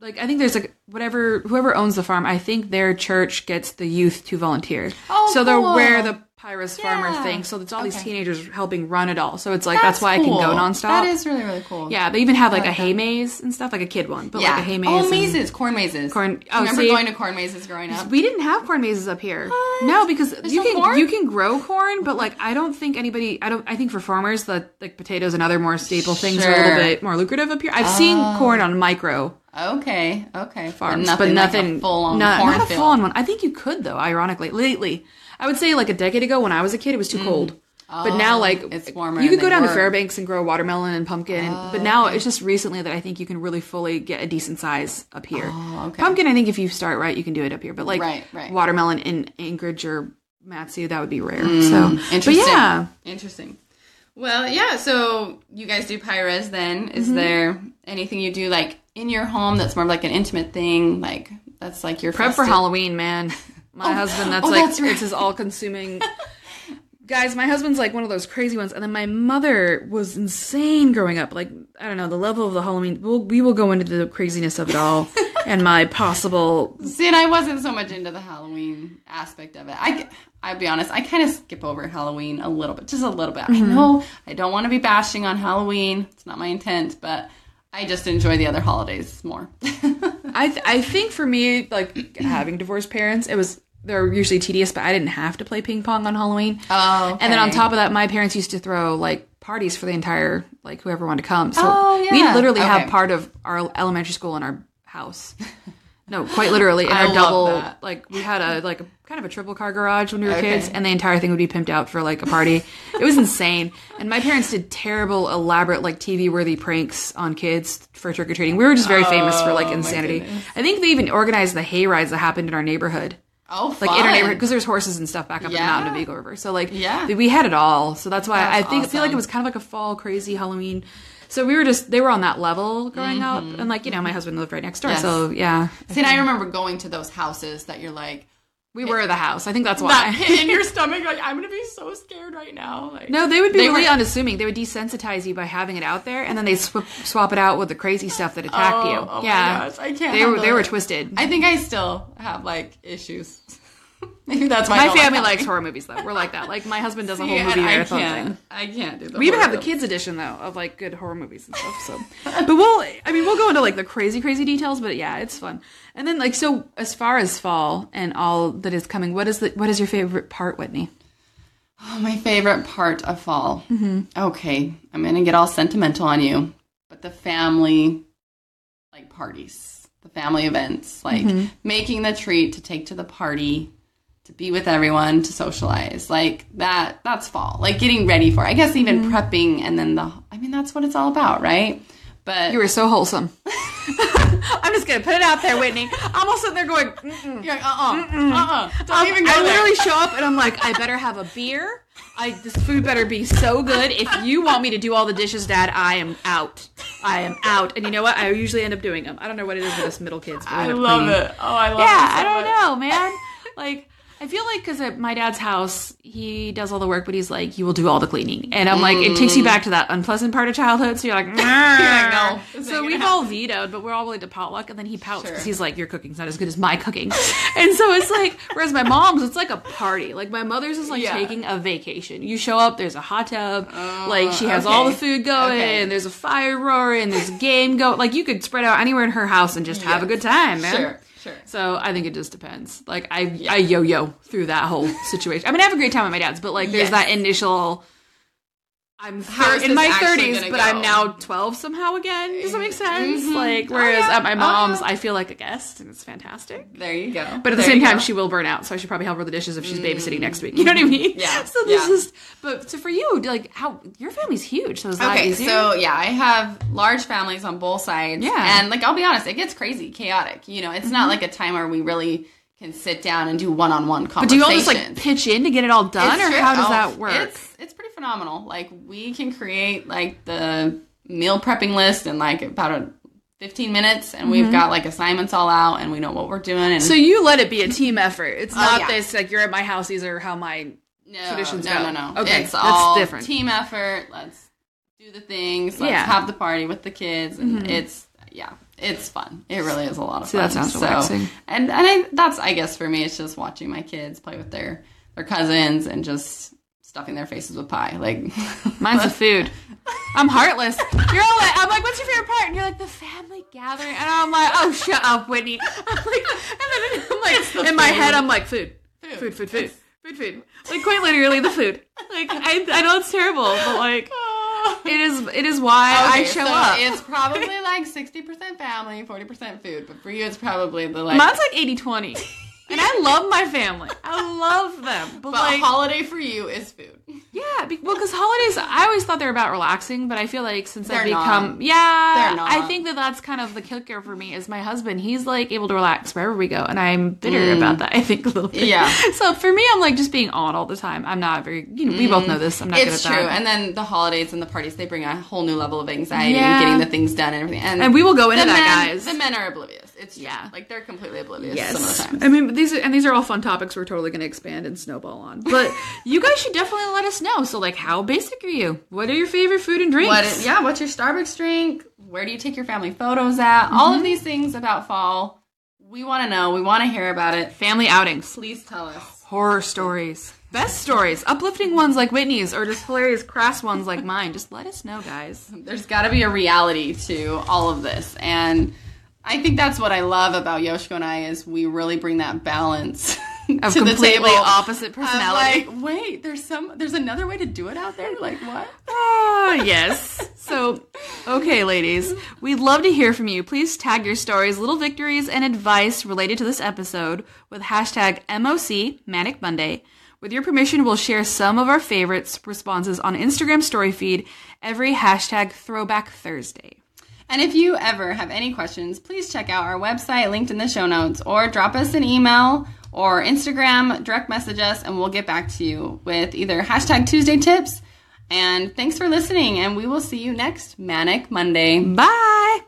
[SPEAKER 2] Like I think there's like whatever whoever owns the farm. I think their church gets the youth to volunteer.
[SPEAKER 1] Oh,
[SPEAKER 2] so they're
[SPEAKER 1] cool.
[SPEAKER 2] where the Pyrus
[SPEAKER 1] Yeah.
[SPEAKER 2] farmer thing. So it's all these
[SPEAKER 1] Okay.
[SPEAKER 2] teenagers helping run it all. So it's like that's, why I can
[SPEAKER 1] cool.
[SPEAKER 2] go nonstop.
[SPEAKER 1] That is really really cool.
[SPEAKER 2] yeah, they even have like a hay maze and stuff, like a kid one, but
[SPEAKER 1] yeah.
[SPEAKER 2] like a hay maze.
[SPEAKER 1] Oh,
[SPEAKER 2] and-
[SPEAKER 1] mazes, corn mazes.
[SPEAKER 2] Corn-
[SPEAKER 1] Do you
[SPEAKER 2] oh,
[SPEAKER 1] remember
[SPEAKER 2] see?
[SPEAKER 1] going to corn mazes growing up?
[SPEAKER 2] We didn't have corn mazes up here.
[SPEAKER 1] What?
[SPEAKER 2] No, because you
[SPEAKER 1] no
[SPEAKER 2] can
[SPEAKER 1] corn?
[SPEAKER 2] you can grow corn, but like I don't think anybody I don't I think for farmers the like potatoes and other more staple things are a
[SPEAKER 1] Sure. Oh.
[SPEAKER 2] little bit more lucrative up here. I've seen corn on micro
[SPEAKER 1] Okay, okay.
[SPEAKER 2] farms,
[SPEAKER 1] but nothing, like a full on
[SPEAKER 2] not,
[SPEAKER 1] cornfield.
[SPEAKER 2] not a full on one. I think you could though. Ironically, lately, I would say like a decade ago when I was a kid, it was too cold. but now, like
[SPEAKER 1] Mm. Oh, it's warmer
[SPEAKER 2] You could
[SPEAKER 1] and
[SPEAKER 2] go
[SPEAKER 1] they
[SPEAKER 2] down to
[SPEAKER 1] work. Oh,
[SPEAKER 2] Fairbanks and grow watermelon and pumpkin. and- but now it's just recently that I think you can really fully get a decent size up here.
[SPEAKER 1] Oh, okay.
[SPEAKER 2] Pumpkin, I think if you start right, you can do it up here. But like
[SPEAKER 1] Right, right.
[SPEAKER 2] watermelon in Anchorage or Matsu, that would be rare. so
[SPEAKER 1] Hmm, Interesting.
[SPEAKER 2] But yeah,
[SPEAKER 1] Interesting. Well, yeah, so you guys do pyres then. Is
[SPEAKER 2] Mm-hmm.
[SPEAKER 1] there anything you do like in your home that's more of like an intimate thing? Like that's like your
[SPEAKER 2] prep for
[SPEAKER 1] festive-
[SPEAKER 2] Halloween, man. My husband, that's
[SPEAKER 1] oh,
[SPEAKER 2] like
[SPEAKER 1] that's right.
[SPEAKER 2] it's his all-consuming. Guys, my husband's like one of those crazy ones, and then my mother was insane growing up. Like I don't know the level of the Halloween. We'll, we will go into the craziness of
[SPEAKER 1] [LAUGHS]
[SPEAKER 2] it all and my possible.
[SPEAKER 1] See, and I wasn't so much into the Halloween aspect of it. I, I'll be honest, I kind of skip over Halloween a little bit, just a little bit. I
[SPEAKER 2] Mm-hmm.
[SPEAKER 1] know I don't want to be bashing on Halloween. It's not my intent, but I just enjoy the other holidays more. [LAUGHS]
[SPEAKER 2] I th- I think for me, like having divorced parents, it was they're usually tedious, but I didn't have to play ping pong on Halloween.
[SPEAKER 1] oh,
[SPEAKER 2] And then on
[SPEAKER 1] okay.
[SPEAKER 2] top of that, my parents used to throw like parties for the entire like whoever wanted to come. So
[SPEAKER 1] Oh,
[SPEAKER 2] we
[SPEAKER 1] yeah.
[SPEAKER 2] literally
[SPEAKER 1] Okay.
[SPEAKER 2] have part of our elementary school in our house. No, quite literally in
[SPEAKER 1] I
[SPEAKER 2] our
[SPEAKER 1] love
[SPEAKER 2] double
[SPEAKER 1] that.
[SPEAKER 2] like we had a like a, kind of a triple car garage when we were
[SPEAKER 1] Okay.
[SPEAKER 2] kids, and the entire thing would be pimped out for like a party. it was insane, and my parents did terrible, elaborate like TV worthy pranks on kids for trick or treating. We were just very famous for like insanity.
[SPEAKER 1] Oh, goodness.
[SPEAKER 2] I think they even organized the hay rides that happened in our neighborhood
[SPEAKER 1] oh, fun.
[SPEAKER 2] like in our neighborhood because there's horses and stuff back up
[SPEAKER 1] Yeah.
[SPEAKER 2] in the mountain of Eagle River. So like
[SPEAKER 1] Yeah.
[SPEAKER 2] we had it all. So that's why
[SPEAKER 1] That's
[SPEAKER 2] I think I feel like
[SPEAKER 1] awesome.
[SPEAKER 2] it was kind of like a fall crazy Halloween. So we were just they were on that level growing up, and like you know my husband lived right next door.
[SPEAKER 1] Mm-hmm. Yes.
[SPEAKER 2] So yeah,
[SPEAKER 1] See, and I remember going to those houses that you're like
[SPEAKER 2] we were the house. I think that's
[SPEAKER 1] [LAUGHS]
[SPEAKER 2] why.
[SPEAKER 1] that pit in
[SPEAKER 2] [LAUGHS]
[SPEAKER 1] your stomach. Like I'm gonna be so scared right now. Like
[SPEAKER 2] No, they would be
[SPEAKER 1] They
[SPEAKER 2] really
[SPEAKER 1] were-
[SPEAKER 2] unassuming. They would desensitize you by having it out there, and then they sw- swap it out with the crazy stuff that attacked
[SPEAKER 1] Oh,
[SPEAKER 2] you.
[SPEAKER 1] oh my
[SPEAKER 2] yeah,
[SPEAKER 1] gosh, I can't
[SPEAKER 2] They were
[SPEAKER 1] handle
[SPEAKER 2] they
[SPEAKER 1] it.
[SPEAKER 2] were twisted.
[SPEAKER 1] I think I still have like issues. [LAUGHS] Maybe that's why I
[SPEAKER 2] my
[SPEAKER 1] don't like
[SPEAKER 2] family
[SPEAKER 1] Halloween.
[SPEAKER 2] likes horror movies though. We're like that. Like my husband does a whole
[SPEAKER 1] Yeah,
[SPEAKER 2] movie
[SPEAKER 1] and I
[SPEAKER 2] marathon thing.
[SPEAKER 1] can't. I can't do the.
[SPEAKER 2] We even have the
[SPEAKER 1] horror
[SPEAKER 2] kids edition though of like good horror movies and stuff. So, but we'll I mean we'll go into like the crazy crazy details, but yeah, it's fun. And then like so as far as fall and all that is coming, what is the what is your favorite part, Whitney?
[SPEAKER 1] Oh, my favorite part of fall.
[SPEAKER 2] Mm-hmm.
[SPEAKER 1] Okay, I'm gonna get all sentimental on you, but the family, like parties, the family events, like
[SPEAKER 2] Mm-hmm.
[SPEAKER 1] making the treat to take to the party, to be with everyone, to socialize, like that. That's fall. Like getting ready for. It. I guess even
[SPEAKER 2] Mm-hmm.
[SPEAKER 1] prepping, and then the. I mean, that's what it's all about, right? But
[SPEAKER 2] You were so wholesome. [LAUGHS] I'm just gonna put it out there, Whitney. I'm all sitting there going, mm, mm-mm.
[SPEAKER 1] you're like, uh uh-uh, uh uh, do not even go there.
[SPEAKER 2] I literally show up and I'm like, I better have a beer. I this food better be so good. If you want me to do all the dishes, Dad, I am out. I am out. And you know what? I usually end up doing them. I don't know what it is with us middle kids. but we
[SPEAKER 1] I
[SPEAKER 2] end up
[SPEAKER 1] love
[SPEAKER 2] cleaning.
[SPEAKER 1] it. Oh, I love it.
[SPEAKER 2] Yeah,
[SPEAKER 1] so [LAUGHS]
[SPEAKER 2] I don't
[SPEAKER 1] much.
[SPEAKER 2] know, man. Like, I feel like because at my dad's house, he does all the work, but he's like, "You will do all the cleaning," and I'm like, it takes you back to that unpleasant part of childhood. So
[SPEAKER 1] [LAUGHS]
[SPEAKER 2] you're like, [LAUGHS]
[SPEAKER 1] no,
[SPEAKER 2] "Nah."
[SPEAKER 1] it's not
[SPEAKER 2] So
[SPEAKER 1] gonna
[SPEAKER 2] we've
[SPEAKER 1] happen.
[SPEAKER 2] all vetoed, but we're all willing to potluck, and then he pouts because
[SPEAKER 1] Sure.
[SPEAKER 2] he's like, "Your cooking's not as good as my cooking," [LAUGHS] and so it's like, whereas my mom's, it's like a party. Like my mother's is like
[SPEAKER 1] Yeah. Oh,
[SPEAKER 2] taking a vacation. You show up, there's a hot tub, like she has all the
[SPEAKER 1] okay.
[SPEAKER 2] food going,
[SPEAKER 1] Okay.
[SPEAKER 2] and there's a fire roaring, and there's a game going. Like you could spread out anywhere in her house and just have a
[SPEAKER 1] Yes.
[SPEAKER 2] good time, man.
[SPEAKER 1] Sure, sure.
[SPEAKER 2] So I think it just depends. Like I I yo-yo through that whole situation. I mean, I have a great time at my dad's, but like
[SPEAKER 1] Yes.
[SPEAKER 2] there's that initial. I'm
[SPEAKER 1] How
[SPEAKER 2] thir-
[SPEAKER 1] is
[SPEAKER 2] in
[SPEAKER 1] this
[SPEAKER 2] my
[SPEAKER 1] actually
[SPEAKER 2] 30s,
[SPEAKER 1] gonna
[SPEAKER 2] but I'm
[SPEAKER 1] go?
[SPEAKER 2] now 12 somehow again. Does that make sense? Like
[SPEAKER 1] Oh,
[SPEAKER 2] whereas
[SPEAKER 1] yeah.
[SPEAKER 2] at my
[SPEAKER 1] Oh,
[SPEAKER 2] mom's,
[SPEAKER 1] yeah.
[SPEAKER 2] I feel like a guest, and it's fantastic.
[SPEAKER 1] There you go.
[SPEAKER 2] But at the
[SPEAKER 1] There
[SPEAKER 2] same
[SPEAKER 1] you
[SPEAKER 2] time,
[SPEAKER 1] go.
[SPEAKER 2] she will burn out, so I should probably help her with the dishes if she's babysitting next week. You know what I mean?
[SPEAKER 1] Yeah,
[SPEAKER 2] [LAUGHS] So this
[SPEAKER 1] yeah.
[SPEAKER 2] is, but so for you, like how your family's huge, so is that
[SPEAKER 1] Okay,
[SPEAKER 2] easier?
[SPEAKER 1] so yeah, I have large families on both sides.
[SPEAKER 2] Yeah. Mm-hmm.
[SPEAKER 1] And like I'll be honest, it gets crazy, chaotic. You know, it's not like a time where we really can sit down and do one on one
[SPEAKER 2] but
[SPEAKER 1] conversations.
[SPEAKER 2] do you all just like pitch in to get it all done,
[SPEAKER 1] It's
[SPEAKER 2] or
[SPEAKER 1] true.
[SPEAKER 2] how does
[SPEAKER 1] Oh,
[SPEAKER 2] that work?
[SPEAKER 1] It's it's pretty phenomenal. Like we can create like the meal prepping list in like about a 15 minutes and
[SPEAKER 2] Mm-hmm.
[SPEAKER 1] we've got like assignments all out and we know what we're doing and
[SPEAKER 2] So you let it be a team effort. It's not
[SPEAKER 1] Oh, yeah.
[SPEAKER 2] this like you're at my house. These are how my
[SPEAKER 1] no,
[SPEAKER 2] traditions
[SPEAKER 1] no, no,
[SPEAKER 2] go.
[SPEAKER 1] no.
[SPEAKER 2] Okay,
[SPEAKER 1] it's
[SPEAKER 2] that's
[SPEAKER 1] all
[SPEAKER 2] different.
[SPEAKER 1] team effort. Let's do the things. Let's
[SPEAKER 2] Yeah. Mm-hmm.
[SPEAKER 1] have the party with the kids. And It's yeah, it's fun. It really is a lot of
[SPEAKER 2] See,
[SPEAKER 1] fun.
[SPEAKER 2] that sounds relaxing.
[SPEAKER 1] And and I, that's I guess for me, it's just watching my kids play with their their cousins and just stuffing their faces with pie. Like [LAUGHS]
[SPEAKER 2] mine's the food. I'm heartless. You're all like, I'm like, what's your favorite part? And you're like, the family gathering. And I'm like, oh, shut up, Whitney. I'm like, and then I'm like, in my head, I'm like, food, food, food, food, food, food, Like quite literally the food. Like I, I know it's terrible, but like it is, it is why I
[SPEAKER 1] Ah. Okay,
[SPEAKER 2] show
[SPEAKER 1] so
[SPEAKER 2] up.
[SPEAKER 1] It's
[SPEAKER 2] [LAUGHS]
[SPEAKER 1] probably like sixty percent family, forty percent food. But for you, it's probably the like.
[SPEAKER 2] Mine's like 80 20. And I love my family. I love them.
[SPEAKER 1] but
[SPEAKER 2] But, like,
[SPEAKER 1] holiday for you is food.
[SPEAKER 2] Yeah, be- well, because holidays, I always thought they're about relaxing, but I feel like since I've
[SPEAKER 1] They're not.
[SPEAKER 2] become, yeah,
[SPEAKER 1] They're not.
[SPEAKER 2] I think that that's kind of the kicker for me. Is my husband, he's like able to relax wherever we go, and I'm bitter about that. I think a little bit.
[SPEAKER 1] Mm. Yeah.
[SPEAKER 2] [LAUGHS] So for me, I'm like just being on all the time. I'm not very, you know, we both know this. I'm not
[SPEAKER 1] Mm. It's
[SPEAKER 2] good
[SPEAKER 1] true.
[SPEAKER 2] at that.
[SPEAKER 1] And then the holidays and the parties, they bring a whole new level of anxiety
[SPEAKER 2] Yeah.
[SPEAKER 1] and getting the things done and everything. And,
[SPEAKER 2] And we will go into
[SPEAKER 1] the
[SPEAKER 2] that,
[SPEAKER 1] men,
[SPEAKER 2] guys.
[SPEAKER 1] The men are oblivious. It's true.
[SPEAKER 2] Yeah.
[SPEAKER 1] Like they're completely oblivious some of the time.
[SPEAKER 2] I mean, these are, and these are all fun topics we're totally going to expand and snowball
[SPEAKER 1] [LAUGHS]
[SPEAKER 2] on. But you guys should definitely let us know. So, like, how basic are you? What are your favorite food and
[SPEAKER 1] [LAUGHS]
[SPEAKER 2] drinks?
[SPEAKER 1] What? Yeah. What's your Starbucks drink? Where do you take your family photos at? All of these things about fall, we want to know. We want to hear about it.
[SPEAKER 2] Family outings.
[SPEAKER 1] Please tell us.
[SPEAKER 2] horror stories, best stories, uplifting ones like Whitney's, or just hilarious crass
[SPEAKER 1] [LAUGHS]
[SPEAKER 2] ones like mine. Just let us know, guys.
[SPEAKER 1] There's got to be a reality to all of this, and I think that's what I love about Yoshiko and I is we really bring that balance [LAUGHS]
[SPEAKER 2] Of
[SPEAKER 1] to the
[SPEAKER 2] completely
[SPEAKER 1] table.
[SPEAKER 2] opposite personality.
[SPEAKER 1] Of like, wait, there's some, there's another way to do it out there. Like what?
[SPEAKER 2] Ah, yes. So, okay, ladies, we'd love to hear from you. Please tag your stories, little victories, and advice related to this episode with hashtag MOC Manic Monday. With your permission, we'll share some of our favorites responses on Instagram story feed every hashtag Throwback Thursday.
[SPEAKER 1] And if you ever have any questions, please check out our website linked in the show notes or drop us an email or Instagram, direct message us, and we'll get back to you with either hashtag Tuesday tips. And thanks for listening, and we will see you next Manic Monday.
[SPEAKER 2] Bye.